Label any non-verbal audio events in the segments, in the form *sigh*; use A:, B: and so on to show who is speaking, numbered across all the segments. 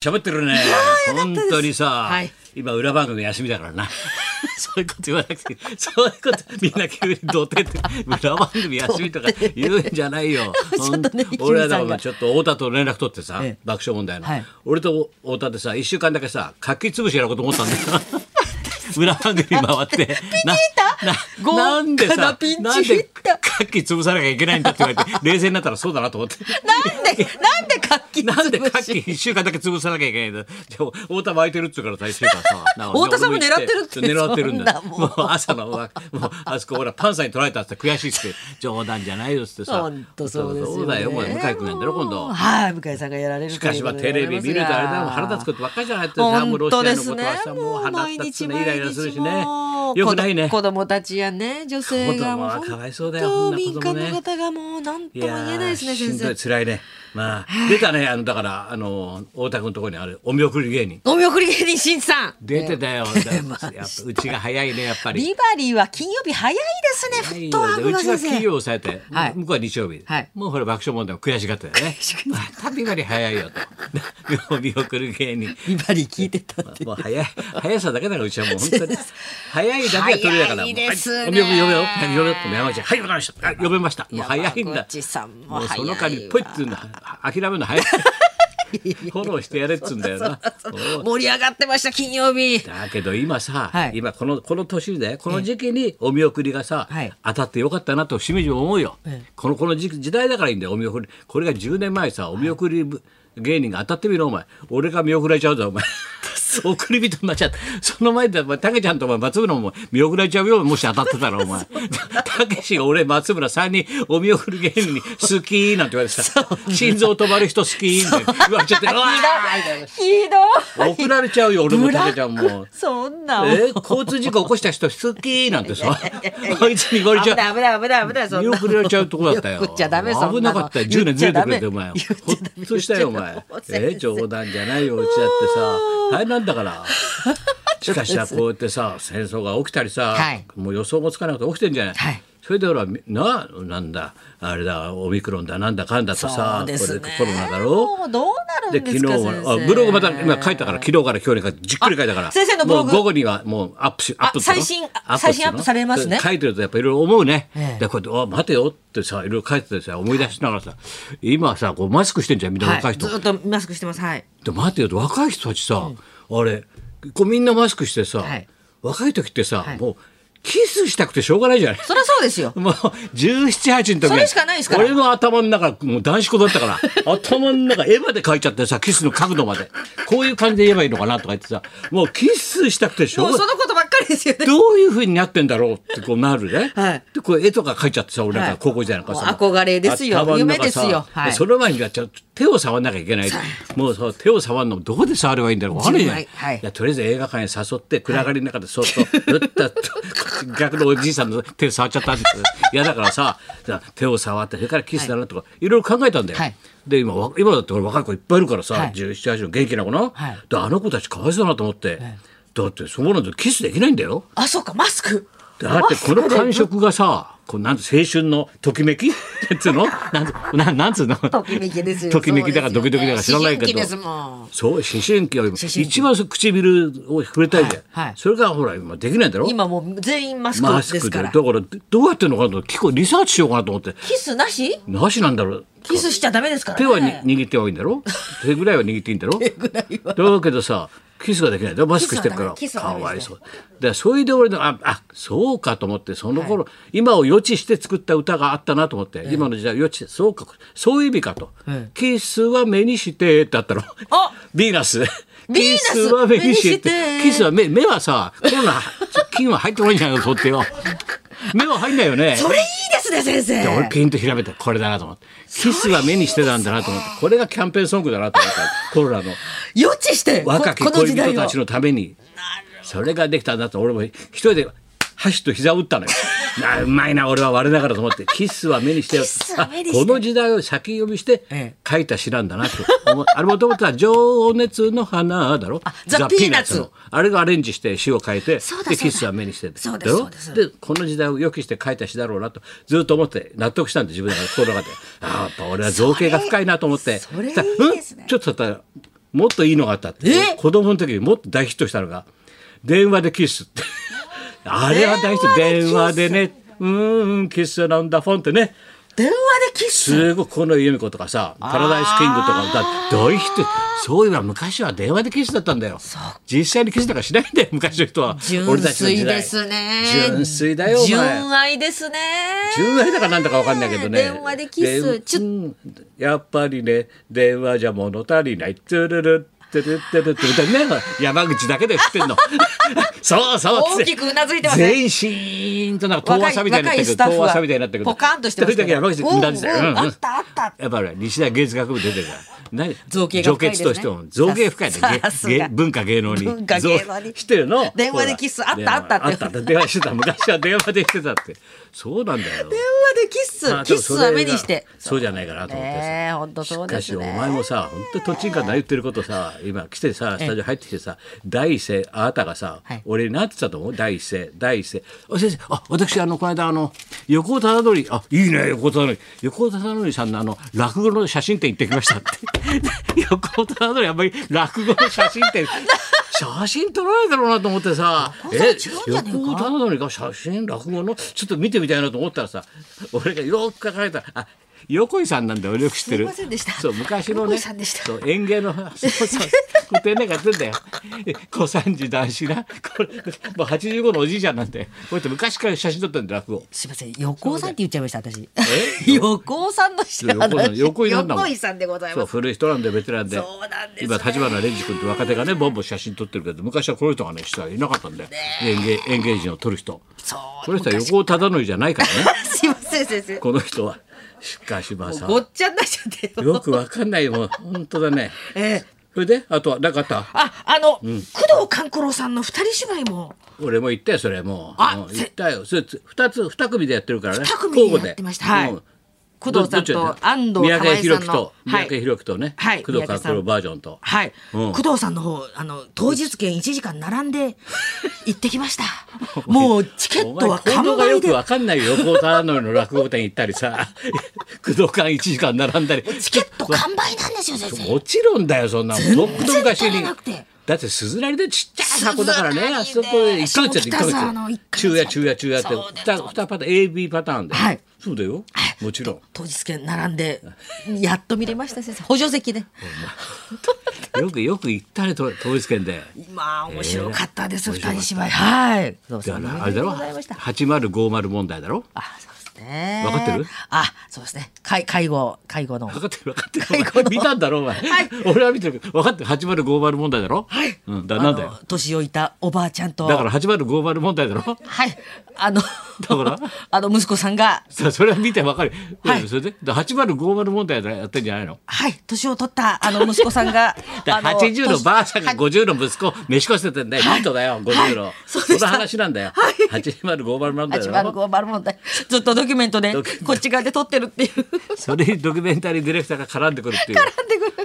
A: 喋ってるね。本当にさ、
B: はい
A: 今裏番組休みだからな。 *laughs* そういうこと言わなくて、そういうことみんな急に童貞って裏番組休みとか言うんじゃないよ。
B: *laughs* ちょっとね
A: ほん俺はだ
B: キムさん
A: から
B: が
A: ちょっと太田と連絡取ってさ、
B: ええ
A: 爆笑問題の、
B: はい
A: 俺と太田でさ、一週間だけさ、書き潰しやろうかと思ったんだよ。 *laughs* 裏番組回
B: *laughs*
A: って。なな
B: 豪華な
A: なんでさ
B: ピンチ
A: なん
B: ヒ
A: で
B: ッター
A: 書き潰さなきゃいけないんだって言われて冷静になったらそうだなと思って
B: なんで、なんで活気
A: なんで
B: 潰し
A: カキ一週間だけ潰さなきゃいけないんだ。じゃあ太田巻いてるっつうから大成がさ。なんか
B: *laughs* 太田さんも
A: 俺行
B: 狙ってるって
A: 狙ってるんだよ。
B: そんな
A: も
B: も
A: う朝のわもうあそこほらパンさんに取られたって悔しいっつって冗談じゃないよっつってさ。
B: 本当そうですよ、ね。
A: そうだよ。もう向井君なんだろ今
B: もう
A: 度。
B: はい、向井さんがやられる
A: しかしまあテレビ見るとあれだもん腹立つことばっかりじゃないってさもう
B: 本
A: ロシ
B: 当
A: ア
B: で
A: の
B: す
A: こと
B: ね
A: はさ。もう腹
B: 毎
A: 立つ
B: 日
A: ねイライラするしね
B: も。う
A: よくないね。
B: 子供子供たちやね、女性がもう
A: 子供はかわいそうだよ
B: 本当
A: そんな
B: 民
A: こともね
B: 間の方がもうなんと
A: い
B: も
A: やー
B: 言えないですね、
A: し
B: 先
A: んどい
B: 生。
A: 辛いね。まあ出たねあのだからあの太田君のところにあるお見送り芸人。
B: お見送り芸人しんさん。
A: 出てたよ。
B: *laughs* ました
A: やっぱうちが早いねやっぱり。
B: ビバリーは金曜日早いですね、フットワーク
A: う
B: が
A: ちが
B: 先
A: 企
B: 生。
A: 業を抑えて、
B: はい
A: 向こうは日曜日、
B: はい
A: もうほら爆笑問題も悔しがってたよ
B: *laughs*
A: ね
B: し
A: またビバリ早いよ
B: *laughs*
A: と見送る芸人
B: ビバリー聞いてたって。
A: もう早い早さだけだからうちはもう本
B: *laughs*
A: 当に早いだけが取りだから
B: 早いですね
A: もうはいお見送り呼べよはい呼べよって山口はい呼べましたはい呼べましたもう早いん
B: 山
A: だ
B: 口さんも
A: もう
B: 早い
A: その
B: わ
A: 間にポイっていうのは諦めるの早
B: *laughs*
A: いフォローしてやれっつうんだよなおう
B: *laughs* 盛り上がってました、金曜日。
A: だけど今さ、
B: はい
A: 今このこの年でこの時期にお見送りがさ、
B: はい
A: 当たってよかったなとしみじみ思うよ、このこの時期時代だからいいんだよお見送りこれが10年前さお見送り芸人が当たってみろお前俺が見送られちゃうぞお
B: *laughs*
A: 前送り人になっちゃったその前でお前たけちゃんとお前松村も見送られちゃうよもし当たってたら
B: *laughs*
A: お前たけしが俺松村3人お見送り芸人に「好き」なんて言わ
B: *laughs*
A: れてさ「心臓止まる人好き」って言われちゃって「うわ
B: ひど
A: ー
B: い。
A: 送られちゃうよ
B: *laughs*
A: 俺もたけちゃん
B: ブ
A: も
B: ラッ。クそんな。
A: えー交通事故起こした人好きなん
B: *laughs*
A: てさ、あいつに言われち
B: 危な
A: ゃ
B: い危ない危ない危ないそ
A: うん見
B: な
A: 送られちゃうとこだったよ。
B: 言っちゃダメそんなの
A: 危なかったよ。10年ずれてくれてお前。ほ
B: 言っちゃダメ
A: っとしたよお前
B: 言っちゃダメ。
A: えー冗談じゃないようちだって
B: *laughs*
A: さ、大変なんだから。しかしさこうやってさ戦争が起きたりさ、
B: はい
A: もう予想もつかなくて起きてんじゃない。
B: はい
A: それでほらみななんだあれだオミクロンだなんだかんだとさ
B: そうですね
A: これコロナだろ
B: もうどうなるんですか
A: 昨日
B: 先
A: は
B: 生
A: あブログまた今書いたから昨日から今日にかけてじっくり書いたから
B: あ先生のブログ
A: もう午後にはもうアップしアップっていうの
B: 最新
A: っていうの
B: 最新アップされますね
A: 書いてるとやっぱいろいろ思うね、
B: ええ
A: でこうやって「あ待てよ」ってさいろいろ書いててさ思い出しながらさ、今さこうマスクしてんじゃんみんな若
B: はいい、
A: 人、
B: ずっとマスクしてますはい
A: で待てよと若い人たちさ、あれこうみんなマスクしてさ、
B: はい
A: 若い時ってさ、
B: はい
A: もうキスしたくてしょうがないじゃない
B: そりゃそうですよ
A: もう1718の時
B: それしかないですから
A: 俺の頭の中もう男子校だったから
B: *laughs*
A: 頭の中絵まで描いちゃってさキスの角度までこういう感じで言えばいいのかなとか言ってさもうキスしたくてしょ
B: も
A: う
B: う
A: が
B: そのことばっかりですよ
A: *laughs*
B: ね
A: どういうふうになってんだろうってこうなるね。
B: はい
A: でこれ絵とか描いちゃってさ俺なんか
B: はい
A: 高校時代なんかさ、
B: もう憧れですよ
A: 頭の中さ
B: 夢ですよはい
A: その前にやっちゃう手を触んなきゃいけないもうそう手を触るのもどこで触ればいいんだろう分かんないじゃない,、
B: 純愛はい
A: やとりあえず映画館に誘って暗がりの中でそっと打ったと逆のおじいさんの手触っちゃったんです嫌だからさ手を触ってそれからキスだなとか、い、ろいろ考えたんだよ。
B: はい
A: で今わ今だって俺若い子いっぱいいるからさ、
B: はい
A: 1718の元気な子な、
B: はい
A: であの子たちかわいそうだなと思って、だってそうなんだよキスできないんだよ。
B: あそうかマスク
A: だってこの感触がさ、こうなんて青春のときめき *laughs* なんつうのなんつなんなんつうの
B: ときめきですよ
A: ときめきだかドキドキだか知らないけ
B: 思春期
A: ど。
B: ですもん
A: そう、思春期よりも
B: 思春期
A: 一番そう唇を触れたいじゃん。
B: はいはい
A: それがほら、今できないんだろ
B: 今もう全員マス
A: マ
B: クで
A: ス
B: す
A: クで。だ
B: から
A: から、どうやってんのかなと、結構リサーチしようかなと思って。
B: キスなし
A: なしなんだろう。
B: キスしちゃダメですから、
A: 手
B: ね、
A: はに握ってはいいんだろ手ぐらいは握っていいんだろ手ぐらいはだけどさキスができないだマスクしてるから
B: キス
A: か
B: はダメ
A: わい
B: キス
A: そうでそれで俺のああそうかと思ってその頃、今を予知して作った歌があったなと思って、今の時代を予知してそうかそういう意味かと、キスは目にしてってあったの
B: あ
A: ヴィーナス
B: ヴィーナス
A: キスは目にして
B: 目にして
A: キスは目目はさコロナ菌は入ってこないんじゃないかと思って
B: *laughs*
A: よ目は入んないよね
B: それいいですね先
A: で俺
B: 生
A: ピンとひらめてこれだなと思ってキスは目にしてたんだなと思ってこれがキャンペーンソングだなと思ったコロナの
B: 予知してこ
A: 若き
B: この
A: 恋
B: 時
A: 人
B: 代
A: た
B: を
A: ちのためにそれができたんだと俺も一人で箸と膝を打った
B: *laughs*
A: のよなうまいな俺は我ながらと思ってキスは目にしてよ
B: キスは目にして
A: あこの時代を先読みして
B: え
A: 書いた詩なんだなと思うあれもともとは「情熱の花」だろ
B: ザピーナッツ
A: のあれがアレンジして詩を書いて
B: そうだ
A: で
B: そうだ
A: キスは目にして
B: そ
A: だ
B: うです
A: ろ
B: そうです
A: でこの時代を予期して書いた詩だろうなとずっと思って納得したんで自分だから心の中でああやっぱ俺は造形が深いなと思って
B: それ
A: したら
B: いいですね
A: うんちょっとだったらもっといいのがあったって
B: え
A: 子供の時にもっと大ヒットしたのが「電話でキス」って
B: *laughs*
A: あれは大ヒット電話でね「うーんキスなんだフォン」ってね
B: 電話でキス。
A: すごくこの由美子とかさ「パラダイスキング」とか歌大ヒットそういえば昔は電話でキスだったんだよ実際にキスなんかしないんだよ昔の人は
B: 純粋ですね。
A: 純粋だよお前
B: 純愛ですね。
A: 純愛だかなんだかわかんないけどね。
B: 電話でキス。
A: で
B: ちょっ
A: うんやっぱりね、電話じゃ物足りない。トゥルルトゥルトゥルトゥルってね、山口だけで知ってんの。そうそう。
B: と大きくうなずいてますね。
A: 全員シーンとなんか遠浅みたいになってるけど、
B: 若
A: 遠
B: い若いスタッフは
A: 浅みたいになってるけど、
B: ポカンとしてます
A: 一人だけ
B: けど
A: 山口でうなずいてる
B: おうおう
A: うんうん
B: あったあった
A: やっぱり西大芸術学部出てるから。何
B: 造形が深いですね
A: 造形としても造形深いね
B: さすが
A: 芸芸文化芸能に
B: 文化芸能に
A: 造知ってるの
B: 電話でキスあったあったって
A: あったあった電話してた昔は電話でしてたってそうなんだよ
B: 電話でキス。
A: あ
B: キスは目にして。
A: そうじゃないかなと思ってさ
B: ねえ、本当そう
A: しか
B: で
A: し
B: す
A: お
B: ね。
A: 前もさ本当にとっちんかんな言ってることさ今来てさスタジオ入ってきてさ第一声あなたがさ、
B: はい
A: 俺なんて言ったと思う第一声第一声あ先生あ私あのこの間あの横尾忠則あいいね横尾忠則横尾忠則さんのあの落語の写真展行ってきましたって *laughs* 横尾忠則あんまり落語の写真 *laughs* 展写真撮らないだろうなと思ってさ
B: 横尾さん違うんじゃねえか
A: 横尾忠則が写真落語のちょっと見てみたいなと思ったらさ俺がよく書かれたあ横井さんなんだよ俺よく知ってる
B: すいませんでした
A: そう昔の
B: 横
A: ね
B: 井さんでした
A: そう園芸のそうそう古典なんかやってんだよ小三治男子なこれもう85のおじいちゃんなんてこうやって昔から写真撮ってんだよ落語
B: すみません、横尾さんって言っちゃいました、私。
A: え
B: *laughs* 横尾さんの人
A: 横井さん横井なんだもん
B: 横井さんでござい
A: そ
B: ま
A: う
B: す。
A: 古い人なんでベテランで
B: そうなんですね
A: 今立花蓮司君って若手がねボンボン写真撮ってるけど昔はこの人がね人はいなかったんだよ園芸園芸人を撮る人
B: そう
A: この人は横尾忠則じゃないからね
B: *laughs* すいません、先生。
A: この人はしかしまあさ
B: ごっちゃになっちゃって。
A: よくわかんないもん本当だね
B: ええ
A: それであとはなかあった
B: あ、あの、工藤官九郎さんの二人芝居も。
A: 俺も行ったよそれもう
B: あ
A: もう
B: せ
A: 行ったよそれつ二つ二組でやってるからね
B: 二組でやってましたはい
A: うん
B: 工藤さん
A: どどっ
B: と
A: ち
B: 安藤
A: 三
B: 玉
A: 宅
B: 恵さ
A: 宏
B: ん
A: 樹
B: の
A: と。
B: は
A: 三宅
B: い。
A: 宏樹とね
B: はい
A: 工藤
B: 三宅さん
A: 官九郎バージョンと
B: はい、
A: うん
B: 工藤さんの方、あの、当日券一時間並
A: *laughs*
B: んで。行ってきました。もうチケ
A: お前
B: ットは完
A: 行動がよ
B: 売
A: く
B: で。
A: わかんないよ横田のの落語店行ったり
B: *laughs*
A: さ工藤館一時間並んだり
B: チケット完売なんですよ、先生。
A: もちろんだよそんなのとっくの昔
B: 足
A: に
B: りなくて
A: だってすずらりでちっちゃい箱だから
B: すずら
A: ね
B: り
A: あそこで1ヶ月やって1
B: 下北沢の
A: ヶ
B: 一
A: 月
B: ヶ月
A: 昼夜昼夜昼夜って
B: そうです
A: 2, 二パターン AB パターンで、
B: はい
A: そうだよもちろん
B: 当日券並んで、やっと見れました、先生。補助席で。
A: よくよく行ったねと統一券で。
B: まあ、面白かったです、
A: ええ
B: 二人芝居。はい。工藤
A: だ
B: さ
A: か
B: ん
A: らあれだろ
B: おめでとうございました
A: 8050問題だろ
B: あ、そうですね。
A: わかってる
B: あ、そうですね。介介護介護の。
A: 分かってる分かってる
B: 最
A: お
B: 後
A: 前
B: の
A: 見たんだろお前、
B: はい
A: 俺は見てるけど分かってる8050問題だろ
B: はい。
A: うん、だなんだ
B: あ
A: よ
B: の年老いたおばあちゃんと。
A: だから8050問題だろ *laughs*
B: はい。あの。
A: だから
B: *laughs* あの息子さんが。
A: さあそれは見て分かる、
B: はい
A: うんそれでだ8050問題やってんじゃないの。
B: はい。年を取ったあの息子さんが
A: *laughs* だから80のばあさんが
B: ご。
A: 50の息子飯食わせてんだよミートだよ50の、
B: そう
A: そ
B: で
A: の
B: した
A: 話なんだよ、
B: はい
A: 8050問題
B: 八
A: だ
B: 番
A: ろ
B: 五番問題。ずっとドキュメントで
A: ドキュメント
B: こっち側で撮ってるっていう。 *laughs*
A: それにドキュメンタリーディレクターが絡んでくるっていう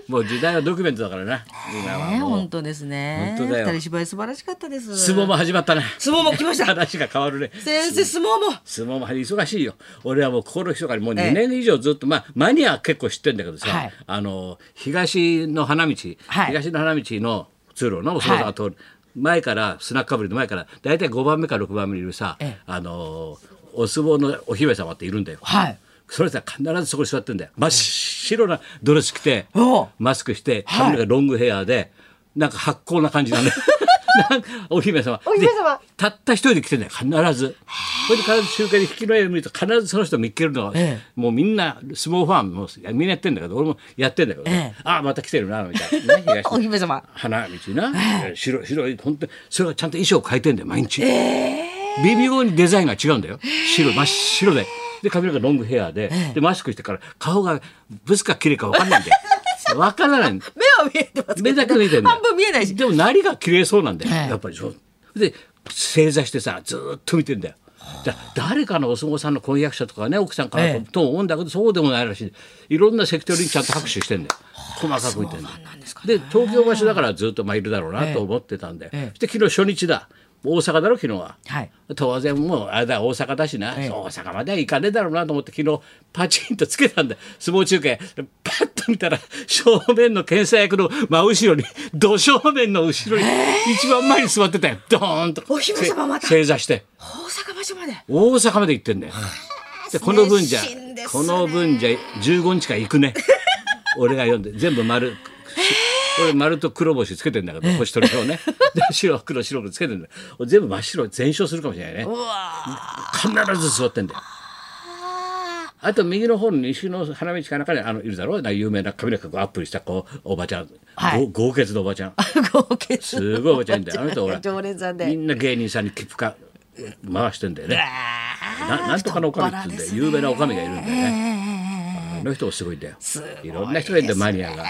A: もう時代はドキュメントだからな今は
B: ね、
A: もう
B: 本当ですね。
A: 本当だよ
B: 二人芝居素晴らしかったです。
A: 相撲も。始まった
B: *laughs*
A: な
B: 相撲も来
A: *laughs*
B: ました。
A: 話が変わるね
B: 先生相撲も。
A: 相撲も忙しいよ俺はもう心ひそかにもう
B: ええ
A: 2年以上ずっと、まあマニアは結構知ってんだけどさ、
B: はい
A: あの東の花道、
B: はい
A: 東の花道の通路のお相撲さんが通る、前からスナックかぶりの前から大体5番目か6番目にいるさ、
B: ええ
A: あのお相撲のお姫様っているんだよ。
B: はい。
A: それさ必ずそこに座ってんだよ真っ白なドレス着て
B: おう
A: マスクして
B: はい
A: 髪の毛ロングヘアでなんか発酵な感じだ
B: *laughs*
A: ねなんかお姫様
B: お姫様
A: でたった一人で来てんだよ必ずそれで必ず中華で引きの絵を見ると必ずその人見っけるのは、
B: ええ
A: もうみんな相撲ファンもうみんなやってんだけど俺もやってんだけど、
B: ええ
A: ああまた来てるなみたいなね
B: *laughs*
A: 東
B: お姫様。
A: 花道な、白い白い本当にそれはちゃんと衣装変えてんだよ毎日、微妙にデザインが違うんだよ白真っ白でで髪の毛ロングヘアで、でマスクしてから顔がブスか綺麗か分かんないんだよ分からない
B: 目は見えてますけど。
A: 目だけ見えてんだよ
B: 半分見えないし。
A: でもなりが綺麗そうなんだよ、
B: ええ
A: やっぱりそうで正座してさずーっと見てんだよだ誰かのお相撲さんの婚約者とかね奥さんかな
B: え
A: と,、思うんだけどそうでもないらしいいろんな関取にちゃんと拍手してんだよ細かく見てんだよ
B: なんですか
A: で東京場所だからずっとまあいるだろうなと思ってたんで、
B: ええ
A: そして昨日初日だ大阪だろ昨日は。
B: はい
A: 当然もうあれだ大阪だしな、
B: ええ
A: 大阪までは行かねえだろうなと思って昨日パチンとつけたんだよ相撲中継パッと見たら正面の検査役の真後ろにど正面の後ろに一番前に座ってたよドーンと
B: お姫様また
A: 正座して
B: 大阪場所まで
A: 大阪まで行ってんだよ。でこの分じゃ、
B: 熱心ですね
A: この分じゃ15日間行くね俺が読んで全部丸、俺丸と黒星つけてんだけど星取りを
B: *laughs*
A: ねで白黒白黒つけてんだけど俺全部真っ白全勝するかもしれないね
B: うわ
A: 必ず座ってんだよ
B: あ
A: あと右の方の西の花道かなんかにあのいるだろうな有名な髪の毛をアップしたこうおばちゃん、
B: はい
A: ご豪傑のおばちゃん
B: 合計
A: すごいおばちゃんいんだ
B: *laughs*
A: よあの人ほら
B: 常連さんで
A: みんな芸人さんに切符か回してんだよねななんとかのおかみって言うんだよ、有名なおかみがいるんだよね、あの人もすごいんだよ
B: すごいですね
A: ろんな人がいるんだよマニアが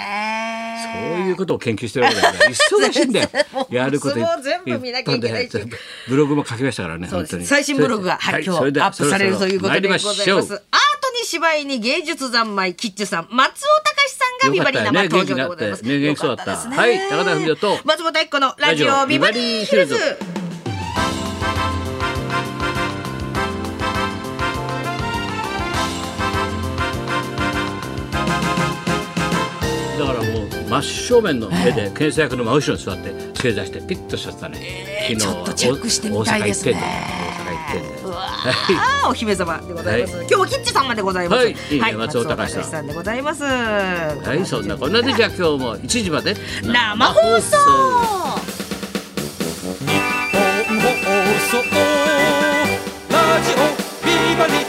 A: そういうことを研究してるわけだ
B: *laughs*
A: から忙しいんだよやることいっ
B: もう全部見なきゃいけないし
A: いっぱでブログも書きましたからね
B: そう
A: 本
B: で
A: 当に
B: す最新ブログが、はい、今日
A: そ
B: ア
A: れでは
B: ップされる
A: そ
B: と
A: ろそう
B: い
A: ろ
B: ことでござい
A: 参
B: ます。
A: り
B: ア
A: ま
B: ー
A: しょ
B: ト
A: う
B: に芝居に芸術三昧、キッチュさん、松尾隆さんがビバリー生登場でございます。
A: よかったね元気になってね元気そうだったはい高田文夫と
B: 松本一子のラジオビバリーヒルズ
A: ラジオビバリーヒル。ズだからもう真正面の絵で検査役の真後ろに座って正座してピッとしちゃってたね、
B: ちょっとチェックしてみたいですね
A: 大阪行ってんだよ大阪行ってんだよ
B: うわ
A: はい
B: あ、お姫様でございます。
A: は
B: 今日はキッチュさんまでございます。
A: はいいいね松尾隆さん
B: 松でございます。
A: はい、そんなこんなでじゃあ今日も1時まで
B: 生放送。
C: 日本放送ラジオビバリー